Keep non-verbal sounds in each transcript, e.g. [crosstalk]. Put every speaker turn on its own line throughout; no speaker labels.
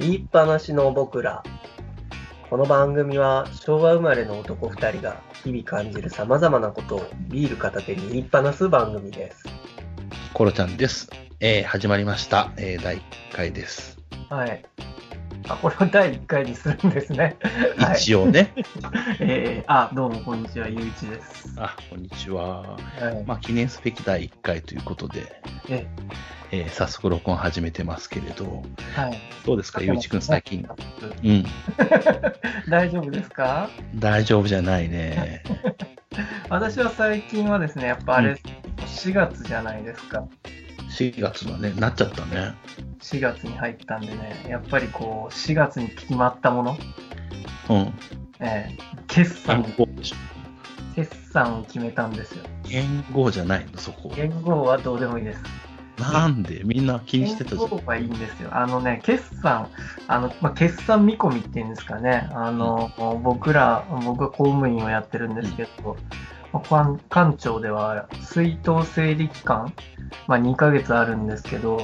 言いっぱなしの僕ら。この番組は昭和生まれの男2人が日々感じる様々なことをビール片手に言いっぱなす番組です。
コロちゃんです。えー始まりました。えー第1回です。
はい。あ、これを第1回にするんです [laughs] ね。はい。
一応ね。 [laughs]
えー、あ、どうもこんにちは、ゆういちです。
あ、こんにちは。
はい。
まあ、記念すべき第1回ということで、
え
えー早速録音始めてますけれど、
はい、
どうですか、ゆういちくん最近。うん、
大丈夫ですか
大丈夫じゃないね。
私は最近はですね、やっぱあれ、4月じゃないですか。
4月はね、なっちゃったね。
4月に入ったんでね、やっぱりこう、4月に決まったもの、
うん。
えー決
言
算、
語でしょ
決算を決めたんですよ。
言語じゃないの、そこ。
言語はどうでもいいです。
なんでみんな気にしてた
言
じゃん。
語はいいんですよ。あのね、決算、あの、まあ、決算見込みっていうんですかね。あの、僕ら、僕は公務員をやってるんですけど、まあ官官庁では、水筒整理期間、まあ、2ヶ月あるんですけど、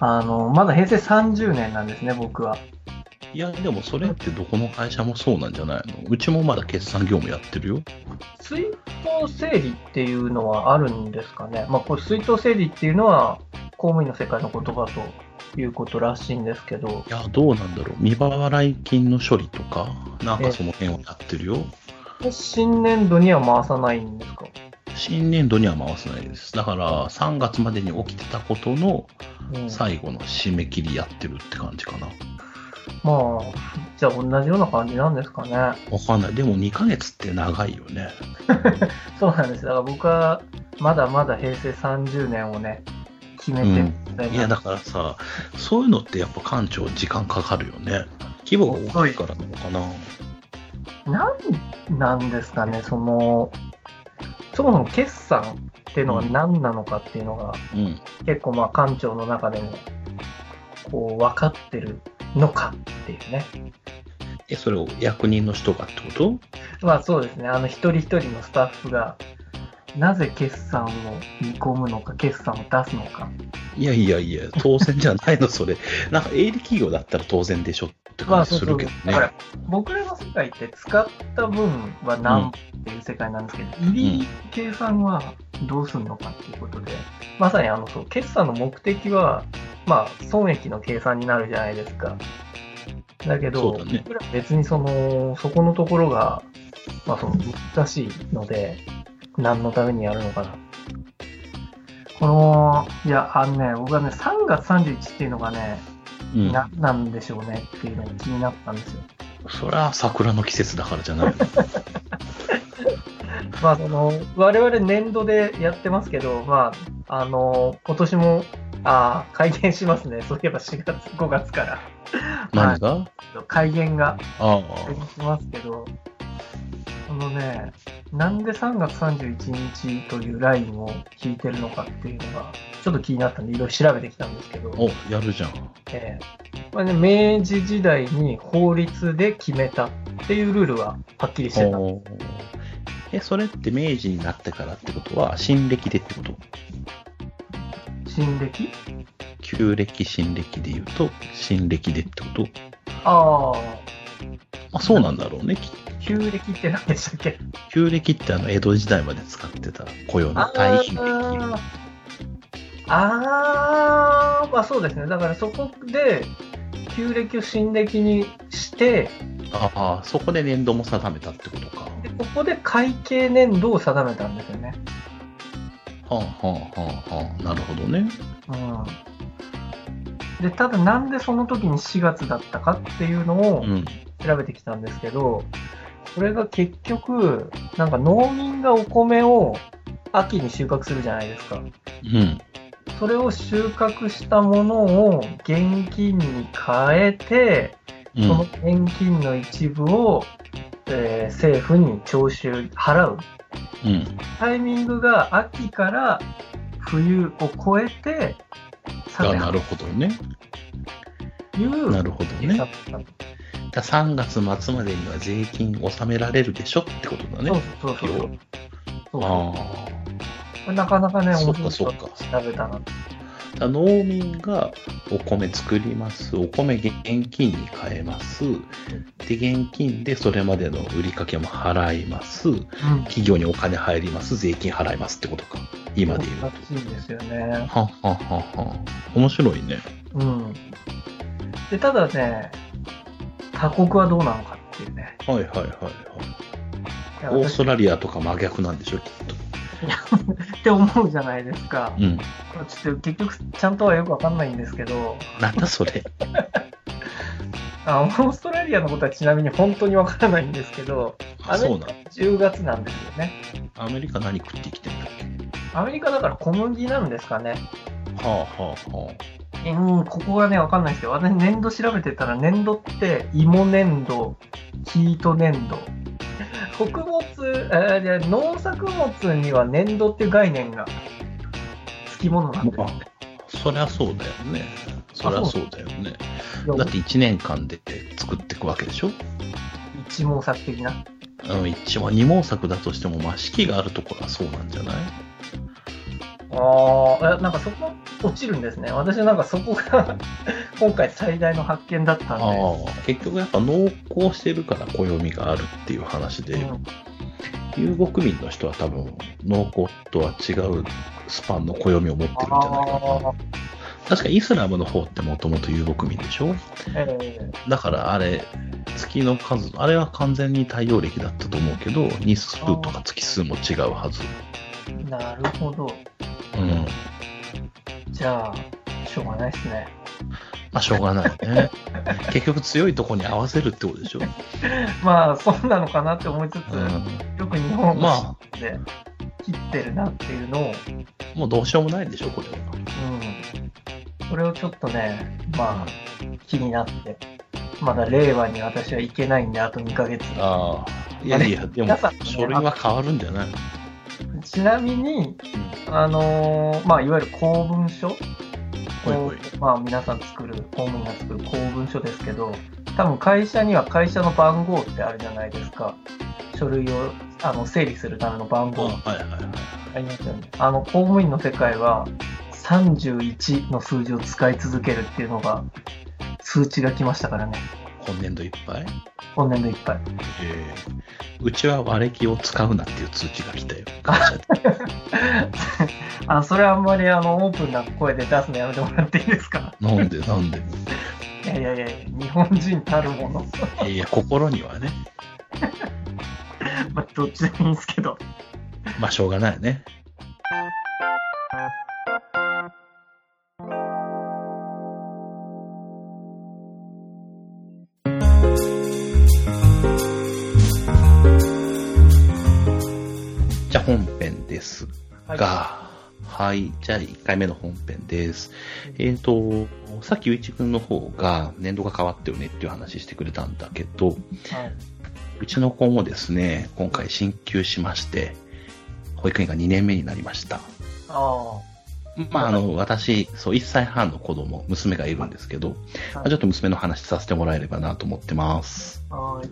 あの、まだ平成30年なんですね、僕は。
いや、でもそれってどこの会社もそうなんじゃないのうちもまだ決算業務やってるよ。
水筒整理っていうのはあるんですかね、まあ、これ水筒整理っていうのは公務員の世界の言葉ということらしいんですけど
いや、どうなんだろう。未払い金の処理とか、なんかその辺をやってるよ。
新年度には回さないんですか、
新年度には回せないです。だから、3月までに起きてたことの
うん
最後の締め切りやってるって感じかな。
まあじゃあ同じような感じなんですかね
わかんない。でも2ヶ月って長いよね。
そうなんですだから僕はまだまだ平成30年をね決めてみたい
いや、
な、
だからさ、そういうのってやっぱ館長時間かかるよね。規模が大きいからなのかな。
なんなんですかねそのそもそも決算っていうのが何なのかっていうのが、
うん。
結構まあ館長の中でもこう分かってるのかっていうね
え、それを役人の人がってこと
まあそうですねあの一人一人のスタッフがなぜ決算を見込むのか決算を出すのか
いやいやいや、当然じゃないの、それ。なんか営利企業だったら当然でしょって
ま
感
あ
じ
そう
す
そ
る
う
けど
だ
ね。
から僕らの世界って使った分は何っていう世界なんですけど、入り計算はどうするのかっていうことでまさにあのそう決算の目的はまあ損益の計算になるじゃないですかだけど
そうだね
僕ら別にそのそこのところが、まあ、その難しいので何のためにやるのかなこのいやあのね僕はね3月31っていうのがね、
うん、
何なんでしょうねっていうのが気になったんですよ
そりゃ桜の季節だからじゃないの。
まあ、その我々年度でやってますけど、まあ、あの今年もあー改元しますね、そういえば4月、5月から
何が、
改元が
あ
改元しますけど、このね、なんで3月31日というラインを引いてるのかっていうのが、ちょっと気になったんで、いろいろ調べてきたんですけど
あ、、おやるじゃん。
ええまあね、明治時代に法律で決めたっていうルールははっきりしてたんです
おーえ、それって明治になってからってことは、新暦でってこと
新暦
旧暦、新暦で言うと、新暦でってこと
ああ、
まあそうなんだろうね。き
旧暦って何でしたっけ
旧暦ってあの、江戸時代まで使ってた雇用の対比暦。
あーあーまあそうですねだからそこで旧暦を新暦にして
ああ、そこで年度も定めたってことか。
でここで会計年度を定めたんですよね、
はあはあはあはあ、なるほどね。
うん、でただなんでその時に4月だったかっていうのを
うん。
調べてきたんですけど、これが結局なんか農民がお米を秋に収穫するじゃないですか
うん。
それを収穫したものを現金に変えて
う
その
ん、
現金の一部を、えー政府に徴収、払う。
うん。
タイミングが秋から冬を越えて、
あ
さて、
なるほどね。
いう
なるほどね。だ3月末までには税金納められるでしょってことだ
そう
ね。
そうそうそう。そう
あ
れなかなかね、
そっ
面
か
白い
そ
調
っか
べたな。
だから農民がお米作ります、お米現金に変えます、で、現金でそれまでの売りかけも払います、
うん。
企業にお金入ります、税金払いますってことか、今で言うと。
難しいんですよね。
はっはっはっは。面白いね。
うん。で、ただね、他国はどうなのかっていうね。
はいはいはいはい。
いや
オー
私
ストラリアとか真逆なんでしょ、きっと。
って思うじゃないですか。
うん。
これちょっと結局、ちゃんとはよくわかんないんですけど、
なんだそれ。
あオーストラリアのことはちなみに本当にわからないんですけど、
あ、そうなん。
10月なんですよね。
アメリカ何食って生きてんだっけ
アメリカだから小麦なんですかね。
はあはあは
うん、ここがね、わかんないですけど、私、粘土調べてたら、粘土って、芋粘土、生糸粘土。穀物、えーじゃあ農作物には粘土っていう概念がつきものなんです
あ。まあ、そりゃそうだよね。そりゃそうだよね。
よ。
だって1年間で作っていくわけでしょ
一毛作的な。
うん、一応二毛作だとしても、まあ、四季があるところはそうなんじゃない
ああ、えなんかそこ落ちるんですね。私はなんかそこが今回最大の発見だったん
あ
で。
あ、結局やっぱ農耕してるから暦があるっていう話で、
うん
遊牧民の人は多分農耕とは違うスパンの暦を持ってるんじゃないかな。確かイスラムの方ってもともと遊牧民でしょ
えー
だからあれ、月の数、あれは完全に太陽暦だったと思うけど、日数とか月数も違うはず。
なるほど。
うん。ま
じゃあ、しょうがないですね。
あ、しょうがないね。 [laughs] 結局強いとこに合わせるってことでしょ。
まあ、そうなのかなって思いつつ、
うん。
よく日本
まあ、
で切ってるなっていうのを、うん、
もうどうしようもないでしょ、これは。
これをちょっとね、まあ、気になって、まだ令和に私はいけないんで、あと2ヶ月。
ああ。いやいや、でも
皆さん、
書類は変わるんじゃない
ちなみに、あのーまあ、いわゆる公文書
ほいほい
まあ、皆さん作る、公務員が作る公文書ですけど、多分会社には会社の番号ってあるじゃないですか。書類をあの整理するための番
あ
号
はいはいはい。
ありますよね。あの、公務員の世界は、31の数字を使い続けるっていうのが、数値が来ましたからね。
今年度いっぱい
今年度いっぱい。
ええうちは和暦を使うなっていう通知が来たよ。会社で
あ、それあんまりあの、オープンな声で出すのやめてもらっていいですか [laughs]
なんでなんで。
いやいやいや、日本人たるもの。
いや、心にはね。
まあ、どっちでもいいんですけど。
まあ、しょうがないね。じゃあ本編です
はい
が、はい、じゃあ1回目の本編です。えっ、と、さっきゆういちくんの方が年度が変わったよねっていう話してくれたんだけど、
はいう
ちの子もですね、今回進級しまして、保育園が2年目になりました。
あ
まあ、あの、私、そう、1歳半の子供、娘がいるんですけど、まあちょっと娘の話させてもらえればなと思ってます。
あ、はい。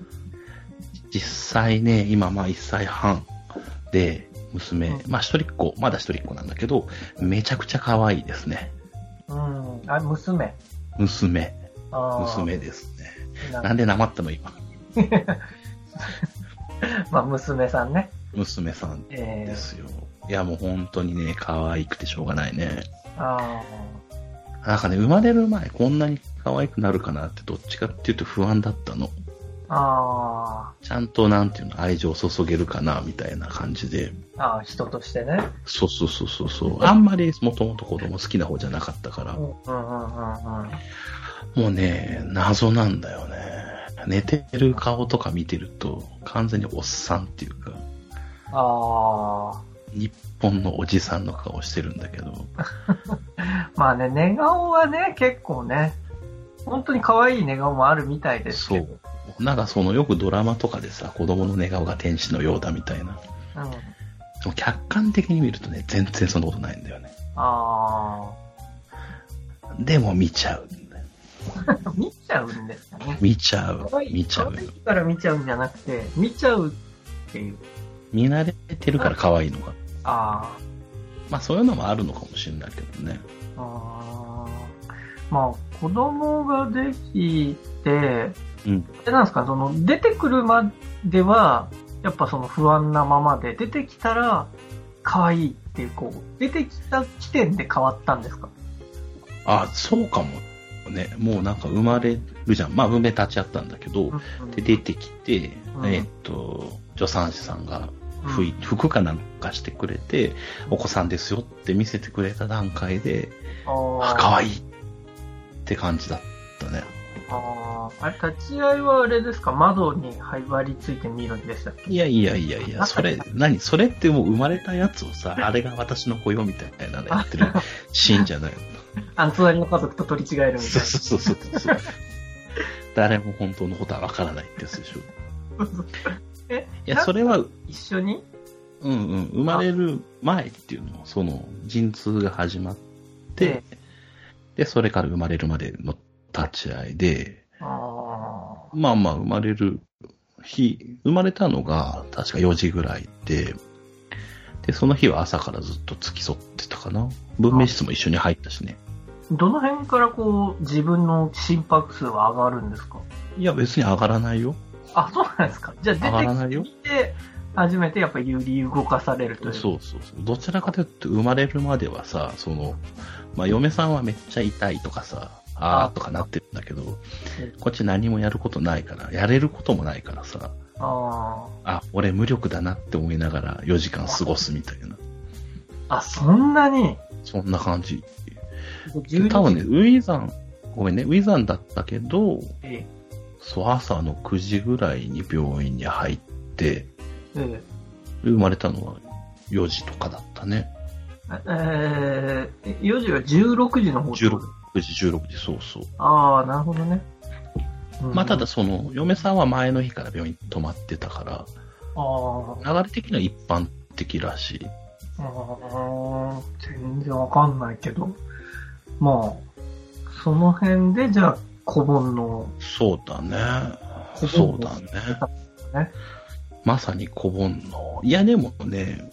実際ね、今、まあ、1歳半で、娘、
う
まあ、一人っ子、まだ一人っ子なんだけど、めちゃくちゃ可愛いですね。
うん。あ、娘。
娘、
あー
娘ですね。
な
なんでなまったの今、
まあ、娘さんね。
娘さん
え
で
ー、
すよ。いや、もう本当にね、可愛くてしょうがないね。
あ
なんかね、生まれる前、こんなに可愛くなるかなって、どっちかっていうと不安だったの。
あ、あ
ちゃんと、なんていうの、愛情を注げるかな、みたいな感じで。
あ、ああ、人としてね。
そうそうそうそうそう。あんまり、もともと子供好きな方じゃなかったか
う
ら
ん、うんうんうん。
もうね、謎なんだよね。寝てる顔とか見てると、完全におっさんっていうか、
あ
日本のおじさんの顔してるんだけど、
あ、まあね、寝顔はね、結構ね、本当に可愛い寝顔もあるみたいです
そ
けど。
う。なんかそのよくドラマとかでさ、子供の寝顔が天使のようだみたいな。
うん。あ
でも客観的に見るとね、全然そんなことないんだよね。
あ
でも見ちゃう。
ー、見ちゃうんですかね。
見ちゃう
可愛。い
見ちゃう
可愛
よ
い。から見ちゃうんじゃなくて、見ちゃうっていう。
見慣れてるから可愛いのが。
ああ、
まあそういうのもあるのかもしれないけどね。
あーまあ、子供ができて、
うん
あれなんですか、その出てくるまでは、やっぱその不安なままで、出てきたら、可愛いっていう、こう、出てきた時点で変わったんですか
あ、そうかも。ね、もうなんか生まれるじゃん。まあ文明立ち会ったんだけど、で出てきて、
うん
えっと、助産師さんが
不
ふい服かなんかしてくれて、お子さんですよって見せてくれた段階で、あ、
あ
可
ー
愛いって感じだったね。
あーあれ、立ち会いはあれですか窓に張り付いて見るんでしたっけ
いやいやいやいや、それ、何それってもう生まれたやつをさ、あれが私の子よみたいなのやってるシーンじゃない [laughs] の。
あの、隣の家族と取り違えるみたい
そう
な。
そうそうそうそう。誰も本当のことはわからないってやつで [laughs] しょ。
え、
いや、それは、うん
一緒に
うん、生まれる前っていうの、その、陣痛が始まって、で、それから生まれるまでの立ち会いで、
あ
まあまあ、生まれる日、生まれたのが、確か4時ぐらいで、で、その日は朝からずっと付き添ってたかな。文明室も一緒に入ったしね。
ーどの辺からこう、自分の心拍数は上がるんですか
いや、別に上がらないよ。
あ、そうなんですかじゃ
上がら
あ
ない
出
よ
てきて、初めてやっぱ揺り動かされると
そ
いうう。
そうそう。どちらかというと、生まれるまではさ、その、まあ、嫁さんはめっちゃ痛いとかさ、あーとかなってるんだけど、こっち何もやることないから、やれることもないからさ、
あ
あ、俺無力だなって思いながら4時間過ごすみたいな。
ーあ、そんなに
そんな感じ。
12
多分ね、ウィザン、ごめんね、ウィザンだったけど、
え
そう、朝の9時ぐらいに病院に入って、
ええ
生まれたのは4時とかだったね。
ええー、4時は16時の方
169時、16時、そうそう。
ああ、なるほどね。うん
まあ、ただ、その、嫁さんは前の日から病院に泊まってたか
あー
ら、流れ的には一般的らしい。
あー、全然わかんないけど。まあ、その辺で、じゃあ、子煩悩。
そうだね。そうだね
ね。
まさに小煩悩。いや、でもね、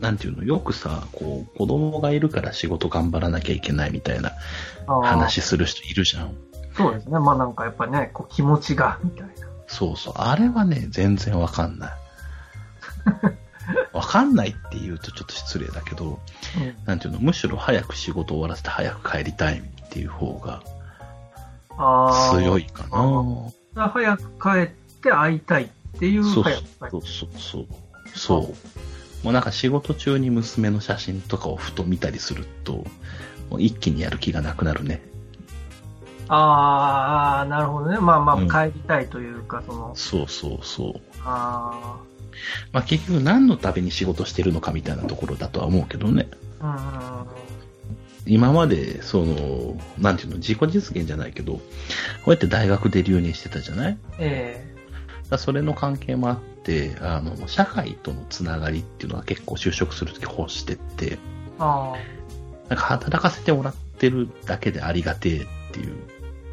なんていうの、よくさ、こう、子供がいるから仕事頑張らなきゃいけないみたいな
あー。
話する人いるじゃん。
そうですね。まあなんかやっぱね、こう気持ちが、みたいな。
そうそう。あれはね、全然わか
[laughs]
んない。わかんないって言うとちょっと失礼だけど、なんていうの、むしろ早く仕事終わらせて早く帰りたいっていう方が
ああ。
強いかな。
早く帰って会いたいっていう
そう
早く帰
そうそうそう。そう。もうなんか仕事中に娘の写真とかをふと見たりすると、もう一気にやる気がなくなるね。
ああ、なるほどね。まあま
うん
あ、帰りたいというか、その、
そうそうそう。
あ
まあ結局何のために仕事してるのかみたいなところだとは思うけどね。
あ、
今まで、その、なんていうの、自己実現じゃないけど、こうやって大学で留年してたじゃないだか
うん、え
らそれの関係もあって、あの、社会とのつながりっていうのは結構就職するとき欲してって、
えああ、
なんか働かせてもらってるだけでありがてえっていう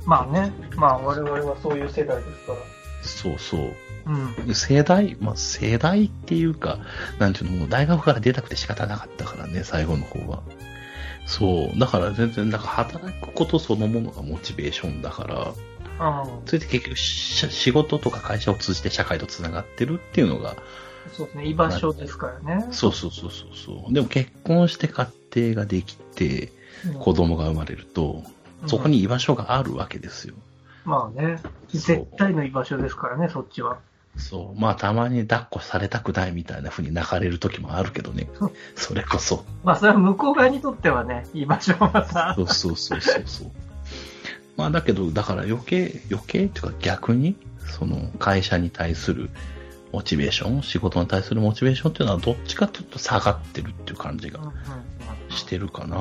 まあね、まあ我々はそういう世代ですから。
そうそう。
うん。
世代、まあ、世代っていうか、なんていうの、もう大学から出たくて仕方なかったからね、最後の方は。そう。だから全然、なんか働くことそのものがモチベーションだから、
ああ、
それで結局し、仕事とか会社を通じて社会と繋がってるっていうのが、
そうですね、居場所ですからね。
そうそうそうそうそう。でも結婚して家庭ができて、
うん
子供が生まれると、そこ、に居場所があるわけですよ。
うんまあね、絶対の居場所ですからね、そっちは。
そう。まあ、たまに抱っこされたくないみたいな風に泣かれる時もあるけどね。それこそ。
まあそれは向こう側にとってはね、居場所はま
[laughs]
た
そ。うそうそうそうそう。まあ、だけど、だから余計、余計っていうか逆に、その会社に対するモチベーション、仕事に対するモチベーションっていうのはどっちかっていうと下がってるっていう感じ
うんう
が
んうん
してるかな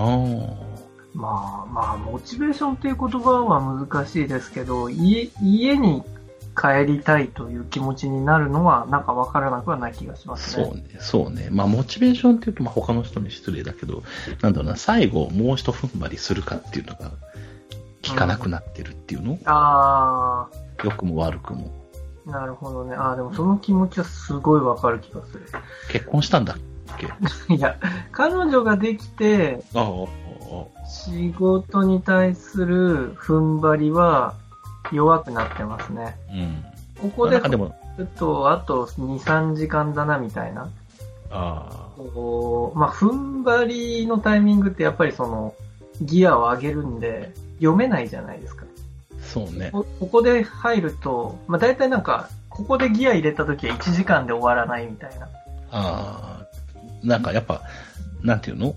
まあまあ、モチベーションっていう言葉は難しいですけど、家家に帰りたいという気持ちになるのは、なんかわからなくはない気がします
そ
ね。
うね、そうね。まあ、モチベーションっていうと、まあ、他の人に失礼だけど、なんだろうな、最後、もう一踏ん張りするかっていうのが、効かなくなってるっていうの、
あ
良くも悪くも。
あ、なるほどね。ああ、でもその気持ちはすごいわかる気がする。
結婚したんだっけあ
[laughs] いや、彼女ができて、
あ、ああ、
仕事に対する踏ん張りは弱くなってますね。
うん。
ここ
まあな
で
んかでも、
ちょっとあと2、3時間だなみたいな。
あ
こうまあ、踏ん張りのタイミングってやっぱりそのギアを上げるんで読めないじゃないですか。
あ、そうね。
こここで入ると、まあ、大体なんか、ここでギア入れた時は1時間で終わらないみたいな。
ああ、なんかやっぱ、なんていうの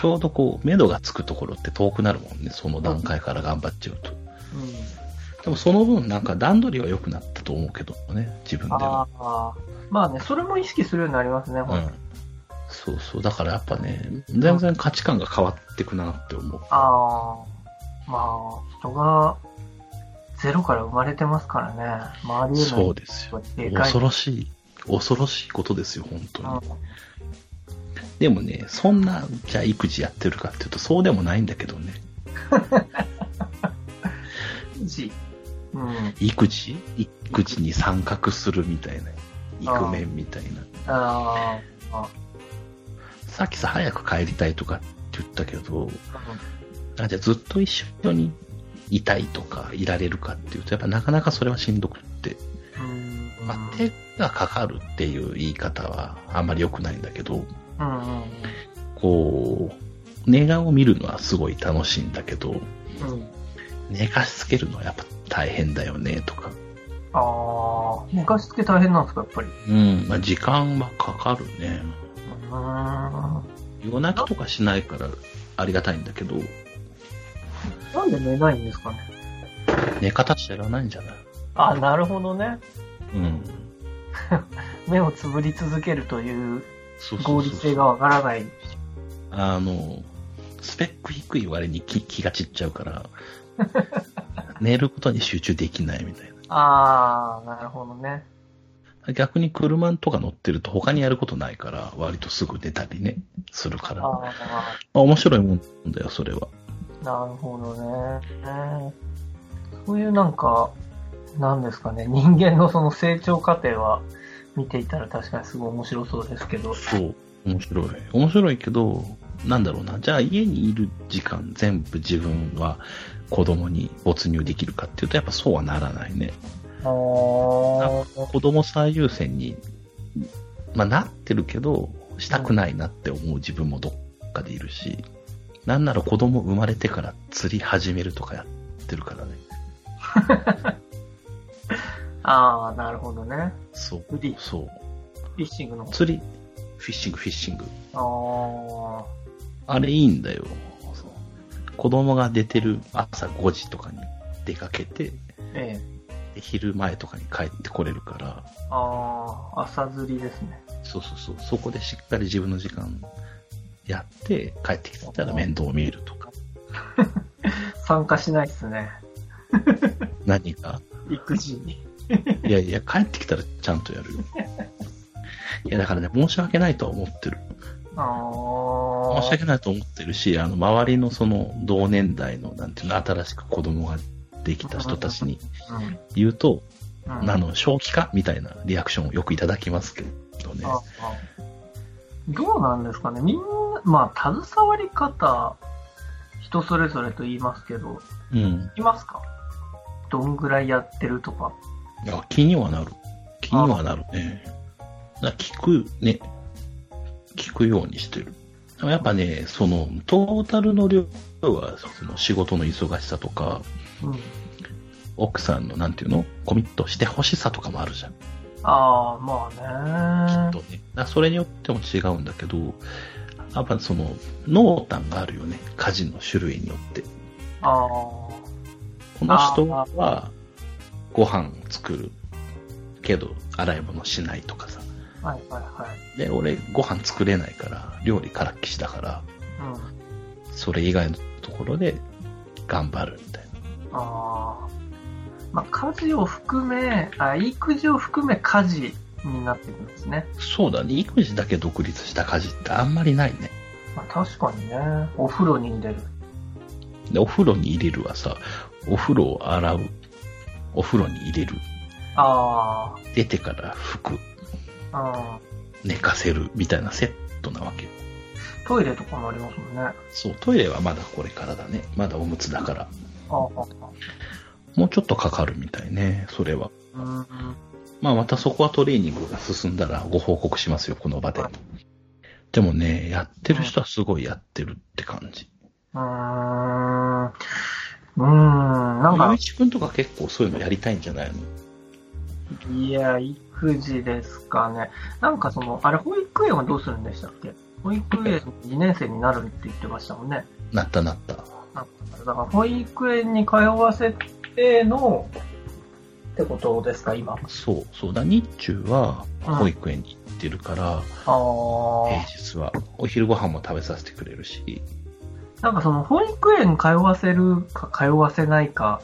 ちょうどこう、目処がつくところって遠くなるもんね、その段階から頑張っちゃう
う
と。
ん、
でもその分、なんか段取りは良くなったと思うけどね、自分では。
ああ、まあね、それも意識するようになりますね、
う
ほんと
ん。そうそう、だからやっぱね、全然価値観が変わってくなって思う。
ああ、まあ、人がゼロから生まれてますからね。周りへの
そうですよ。
影響はで
恐
かい。
ろしい、恐ろしいことですよ、本当に。
うん
でもね、そんな、じゃあ育児やってるかっていうと、そうでもないんだけどね。
じうん。
育児育児に参画するみたいな。イクメンみたいな。
あ
さっきさ、早く帰りたいとかって言ったけど、
あ、
あじゃあずっと一緒にいたいとか、いられるかっていうと、やっぱなかなかそれはしんどくって。
うん。
まあ、手がかかるっていう言い方はあんまり良くないんだけど、
うんうん
こう、寝顔を見るのはすごい楽しいんだけど、
うん。うん
寝かしつけるのはやっぱ大変だよねとか、
ああ、寝かしつけ大変なんですか、やっぱり。
うん、まあ、時間はかかるね。
うーん。
夜泣きとかしないからありがたいんだけど、
なんで寝ないんですかね。
寝方知らないんじゃない
あ、なるほどね。
うん。
目をつぶり続けるという
そうそ
合
う
理
そ
性
う。
がわからない。
あの、スペック低い割に気気が散っちゃうから、 [laughs] 寝ることに集中できないみたい
ああ、なるほどね。
な。逆に車とか乗ってると他にやることないから、割とすぐ出たりね、するから。
あ
ま
あ。
あ面白いもんだよ、それは。
なるほどね。そういうなんか、なんですかね、人間のその成長過程は見ていたら確かにすごい面白そうですけど。
そう。面白い。面白いけど、なんだろうな。じゃあ家にいる時間全部自分は子供に没入できるかっていうと、やっぱそうはならないね。
あー
子供最優先に、まあ、なってるけど、したくないなって思う自分もどっかでいるし、なんなら子供生まれてから釣り始めるとかやってるからね。
あー、なるほどね。
そう。
釣り
そう。
フィッシングの方。
釣り、フィッシング、フィッシング。
あ
あれいいんだよ。そう子供が出てる朝5時とかに出かけて、
ー、ええ。
で昼前とかに帰ってこれるから、
あー、朝釣りですね。
そうそうそう、そこでしっかり自分の時間やって、帰ってきたら面倒を見るとか。
参加しないっすね。
何か
育児に。
いやいや、帰ってきたらちゃんとや
[laughs]
るよ。いや、だからね、申し訳ないとは思ってる。
あー。
申し訳ないと思ってるし、あの、周りのその、同年代の、なんていうの、新しく子供ができた人たちに言うと、
うん。うん
あの、正気かみたいなリアクションをよくいただきますけどね。
ああどうなんですかね、みんな、まあ、携わり方、人それぞれと言いますけど、
うん。
いますかどんぐらいやってるとか。
いや気にはなる。気にはなるね。だから聞く、ね。聞くようにしてる。でもやっぱね、その、トータルの量は、その仕事の忙しさとか、
うん。
奥さんの、なんていうのコミットして欲しさとかもあるじゃん。き
ああ、ま
っ
あね
と。ね。だからそれによっても違うんだけど、やっぱその、濃淡があるよね。家事の種類によって。
ああ。
この人は、ご飯作るけど、洗い物しないとかさ。
はいはいはい。
で、俺、ご飯作れないから、料理からっきしだから、
うん。
それ以外のところで、頑張るみたいな。
ああ。まあ、家事を含め、あ育児を含め家事になってくるんですね。
そうだね。育児だけ独立した家事ってあんまりないね。
まあ、確かにね、お風呂に入れる。
で、お風呂に入れるはさ、お風呂を洗う。お風呂に入れる。
あ
出てから拭く。
あ、ああ。
寝かせるみたいなセットなわけよ。
トイレとかもありますもんね。あ
そう、トイレはまだこれからだね。まだおむつだから。
あ、あ
もうちょっとかかるみたいね、それは。
あうん。
まあまたそこはトレーニングが進んだらご報告しますよ、この場で
はい。
でもね、やってる人はすごいやってるって感じ。
うーん。うーん。なん
ゆう
か
い、ちくんとか結構そういうのやりたいんじゃないの
いや、育児ですかね。なんかその、あれ、保育園はどうするんでしたっけ保育園2年生になるって言ってましたもんね。
なったなった。
なんかだから、保育園に通わせての、ってことですか、今。
そう、そうだ、日中は
うん
保育園に行ってるから、
あ
平
あ。
日はお昼ご飯も食べさせてくれるし、
なんかその、保育園通わせるか通わせないか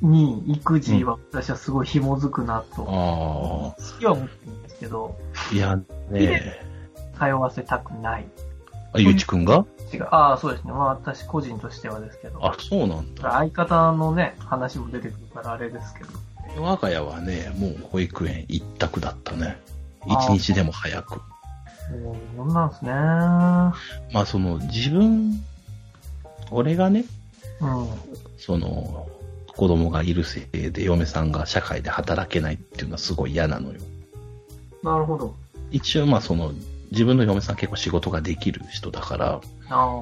に、育児は私はすごい紐づくなと、
あ
好きは思ってるんですけど、
あ、いやね、
通わせたくない。
あゆういちくんが
違う。ああ、そうですね。まあ私個人としてはですけど。
あ、そうなんだ。
相方のね、話も出てくるからあれですけど。
我が家はね、もう保育園一択だったね。
あ
一
ー
日でも早
も
く。
う、こんなんすね。う
まあその自分、俺がね、
ん。
その子供がいるせいで嫁さんが社会で働けないっていうのはすごい嫌なのよ。
なるほど。
一応まあその自分の嫁さん結構仕事ができる人だから、
あ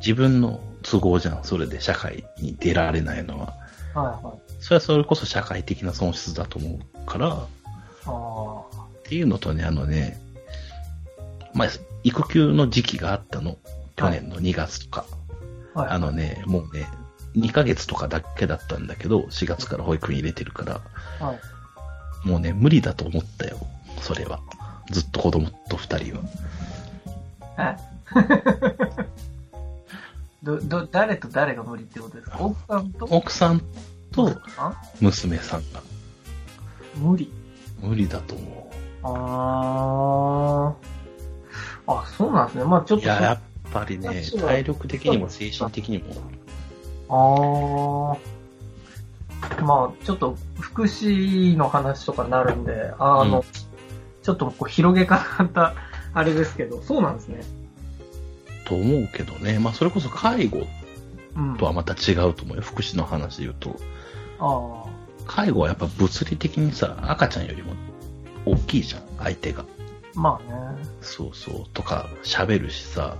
自分の都合じゃん。それで社会に出られないのは。
あ、はいはい。
それはそれこそ社会的な損失だと思うから、
あ
っていうのとね、あのね、まあ、育休の時期があったの。去年の2月とか。
あ、はい。
あのね、もうね、2ヶ月とかだけだったんだけど、4月から保育園入れてるから、
はい、
もうね、無理だと思ったよ。それは。ずっと子供と2人は。
え [laughs] ど、ど、誰と誰が無理ってことですか奥さんと
奥さんと
あ
娘さんが
無理。
無理だと思
ああ。あ、そうなんですね。まあちょ
う。
っ
い
と。
や、やっぱりね、体力的にも精神的にも
ああ。まあ、ちょっと、福祉の話とかになるんで、あの、
うん
ちょっとこう広げ方 [laughs] が、あれですけど、そうなんですね。
と思うけどね。まあ、それこそ介護
うん。
と
あ
はまた違うと思うよ。福祉の話で言うと。
あ。
介護はやっぱ物理的にさ、赤ちゃんよりも大きいじゃん、相手が。
まあね。
そうそう。とか、喋るしさ、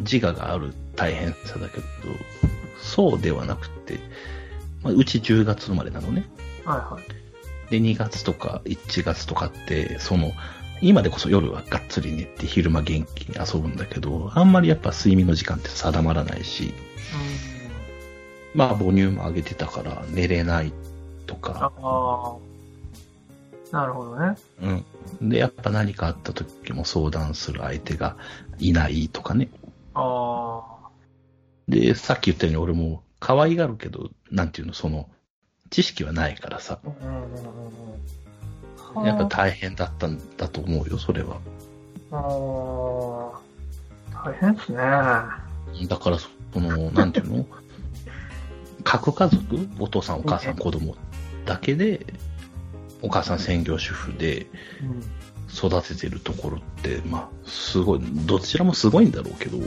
自我がある大変さだけど、そうではなくて、まあ、うち10月生まれなのね。
うん。はいはい。
で、2月とか1月とかって、その、今でこそ夜はがっつり寝て昼間元気に遊ぶんだけど、あんまりやっぱ睡眠の時間って定まらないし、まあ母乳もあげてたから寝れないと
うん。あ
か、
あ。なるほどね。
うん。で、やっぱ何かあった時も相談する相手がいないとかね。
あ
で、さっき言ったように俺も可愛がるけど、なんていうの、その、知識はないからさ
あ。、うんうんうんうん。
やっぱ大変だったんだと思うよ、それは。
あー大変ですね。
だから、その、なんていうの核家族お父さん、お母さん、子供だけで、お母さん専業主婦で
うん。
育ててるところって、まあ、すごい、どちらもすごいんだろうけど、
うん。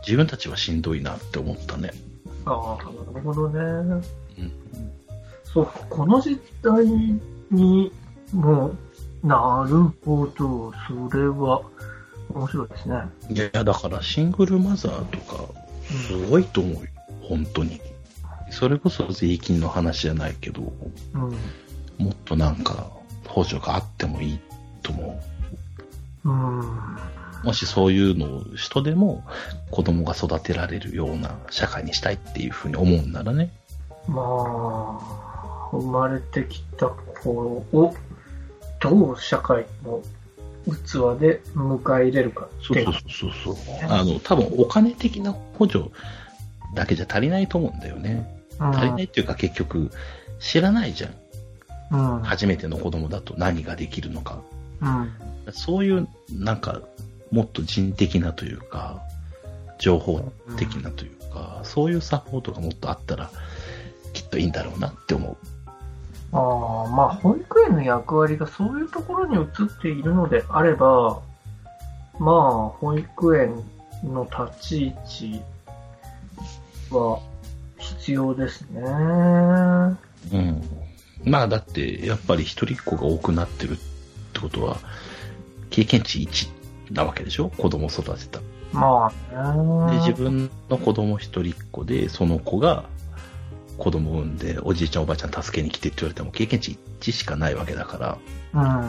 自分たちはしんどいなって思ったね。
ああ、なるほどね。
うん
そうか、この時代にも、なるほど、それは面白いですね。
いや、だからシングルマザーとか、すごいと思うよ。本当に。それこそ税金の話じゃないけど、
うん。うん
もっとなんか補助があってもいいと思
うん。
う。もしそういうのを人でも子供が育てられるような社会にしたいっていうふうに思うんならね。
まあ、生まれてきた子を、どう社会の器で迎え入れるかっ
そう
て
そうそうそうそう。あの、多分お金的な補助だけじゃ足りないと思うんだよね。
うん
足りないっていうか結局知らないじゃん。
うん。うん。
初めての子供だと何ができるのか。そういう、なんか、もっと人的なというか、情報的なというか、そういうサポートがもっとあったら、きっといいんだろうなって思う。
ああ、まあ、保育園の役割がそういうところに移っているのであれば、まあ、保育園の立ち位置は必要ですね。
うん。まあだって、やっぱり一人っ子が多くなってるってことは、経験値1なわけでしょ子供育てた。
まあ
で、
ね。
自分の子供一人っ子で、その子が子供産んで、おじいちゃんおばあちゃん助けに来てって言われても経験値1しかないわけだから、
う
ま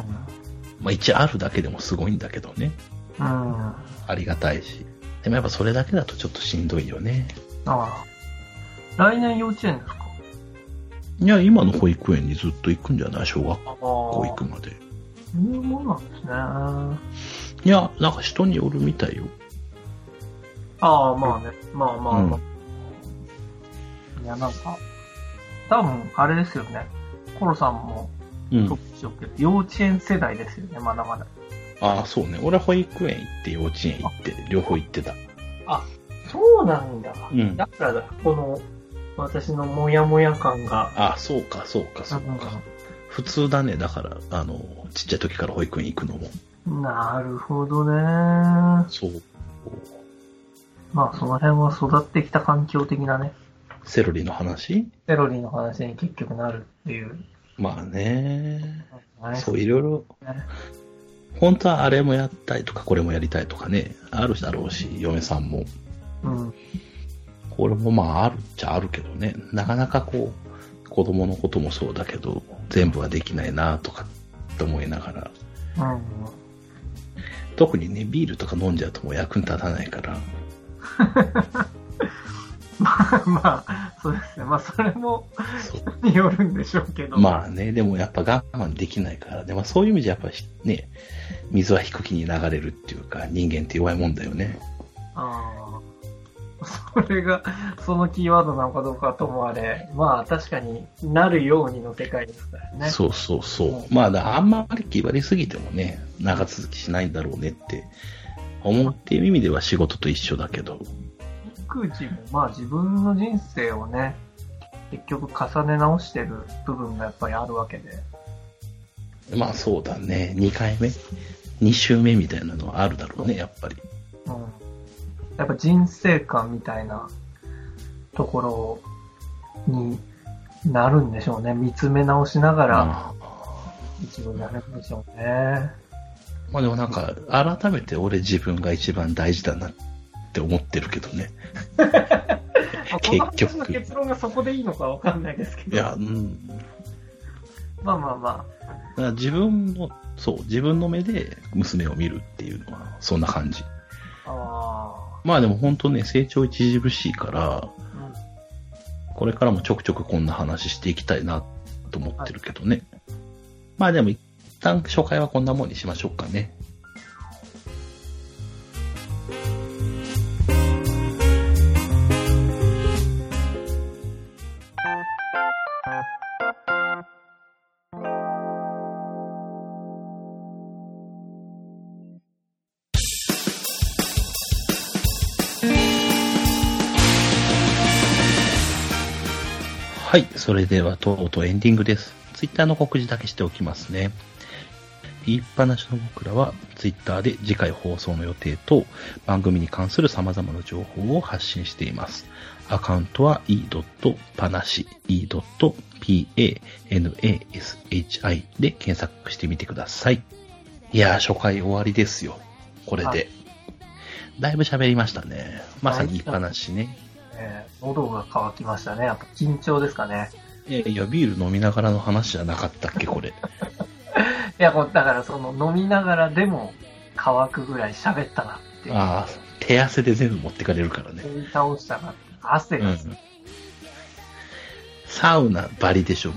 あ1あるだけでもすごいんだけどね。
ん。うん。あ
ありがたいし。でもやっぱそれだけだとちょっとしんどいよね。
あ。来年幼稚園ですか
いや、今の保育園にずっと行くんじゃない小学
ああ。
校
そ
行くまで。
ういうもんなんですね。あ
いや、なんか人によるみたいよ。
あ、まあね。まあまあまあ。いや、なんか、多分、あれですよね。コロさんも、
うん
特徴受けて、幼稚園世代ですよね、まだまだ。
ああ、そうね。俺は保育園行って、幼稚園行って、両方行ってた。
そうなんだ。
うん
だからだ、この、私のモヤモヤ感が。
ああ、そうか、そうか、そうか。普通だね。だから、あの、ちっちゃい時から保育園行くのも。
なるほどね。
そう。
まあ、その辺は育ってきた環境的なね、
セロリの話
セロリの話に結局なるっていう。
まあね。
はい
そう、いろいろ。本当はあれもやったいとか、これもやりたいとかね。あるだろうし、嫁さんも。
うん。
これもまあ、あるっちゃあるけどね。なかなかこう、子供のこともそうだけど、全部はできないなとか、と思いながら。
うん。
特にね、ビールとか飲んじゃうともう役に立たないから。
まあ、 [laughs] そうですね。まあ、それも
そう
によるんでしょうけど。
まあね、でもやっぱ我慢できないからね。まあそういう意味じゃやっぱしね、水は引く気に流れるっていうか、人間って弱いもんだよね。
ああ。それが、そのキーワードなのかどうかともあれ、まあ確かになるようにの世界ですからね。
そうそうそうう。まあだからあんまり気張りすぎてもね、長続きしないんだろうねって思うっていう意味では仕事と一緒だけど。
空地も、まあ自分の人生をね、結局重ね直してる部分がやっぱりあるわけで。
まあそうだね、2回目 ?2 週目みたいなのはあるだろうね、やっぱり。
うん。やっぱ人生観みたいなところになるんでしょうね。見つめ直しながら
まあ
一部になるんでしょうね。
まあでもなんか、改めて俺自分が一番大事だなって思ってるけどね。
まあこの話の結論がそこでいいのかわかんないですけど。
いや、うん。だ
まあまあま
から自分の、そう、自分の目で娘を見るっていうのは、そんな感じ。
あ。あ
まあでも本当ね、成長著しいから、
あ。うん
これからもちょくちょくこんな話していきたいなと思ってるけどね。まあでも一旦初回はこんなもんにしましょうかね。はい、それではとうとうエンディングです。ツイッターの告示だけしておきますね。言いっぱなしの僕らは、ツイッターで次回放送の予定と、番組に関する様々な情報を発信しています。アカウントは e.panashi、e.panashi で検索してみてください。いやー、初回終わりですよ。これ
は
で
い。
だいぶ喋りましたね。まさに言いっぱなしね。
えー喉が渇きましたね。やっぱ緊張ですかね。
いやいや、ビール飲みながらの話じゃなかったっけ、こ [laughs] れ。
いや、こうだからその飲みながらでも乾くぐらい喋ったなっていう。
ああ、手汗で全部持ってかれるからね。
吸い倒したなって。汗
う
が、
ん。サウナバリでしょ、も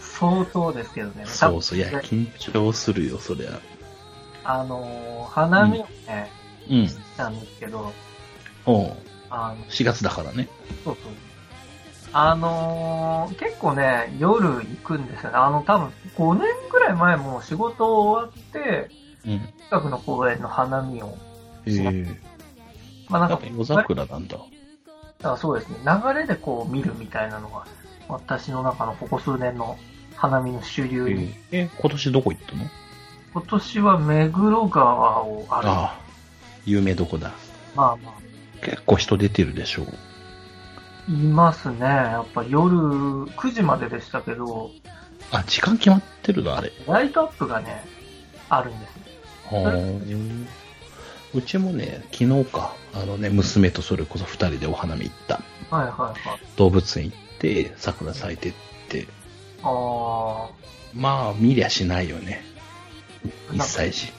相当ですけどね。
う。そうそう、いや、緊張するよ、そりゃ。
あのー、花見をね、
うん。
したんですけど、
おう
あの、
4月だからね。
そうそう。あのー、結構ね、夜行くんですよね。あの、多分5年ぐらい前も仕事終わって、
うん。
近くの公園の花見を。
ええ
まあなん
な
か
んか夜桜なんだ。
あそうですね。流れでこう見るみたいなのが私の中のここ数年の花見の主流に。
え、今年どこ行ったの
今年は目黒川を歩いて、
ああ、有名どこだ。
まあまあ、
結構人出てるでしょう。
いますね。やっぱ夜9時まででしたけど、
あ、時間決まってるのあれ。
ライトアップがね、あるんです。
うんうちもね、昨日か、あのね、娘とそれこそ二人でお花見行った。
はいはいはい。
動物園行って、桜咲いてって、
あ
まあ、見りゃしないよね。
ーな
一
んか
歳児。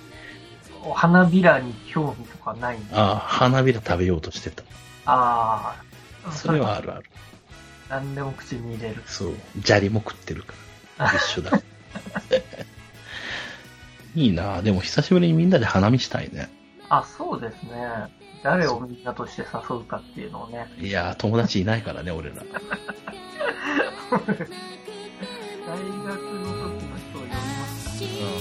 お花びらに興味とかないんだ。
ああ、花びら食べようとしてた。
ああ、
それはあるある。
何でも口に入れる。
そう。砂利も食ってるから。一緒だ。 [laughs] いいなあでも久しぶりにみんなで花見したいね。
あ、そうですね。誰をみんなとして誘うかっていうのをね。
いやー友達いないからね、俺ら。
大学の時の人を呼びます。
うん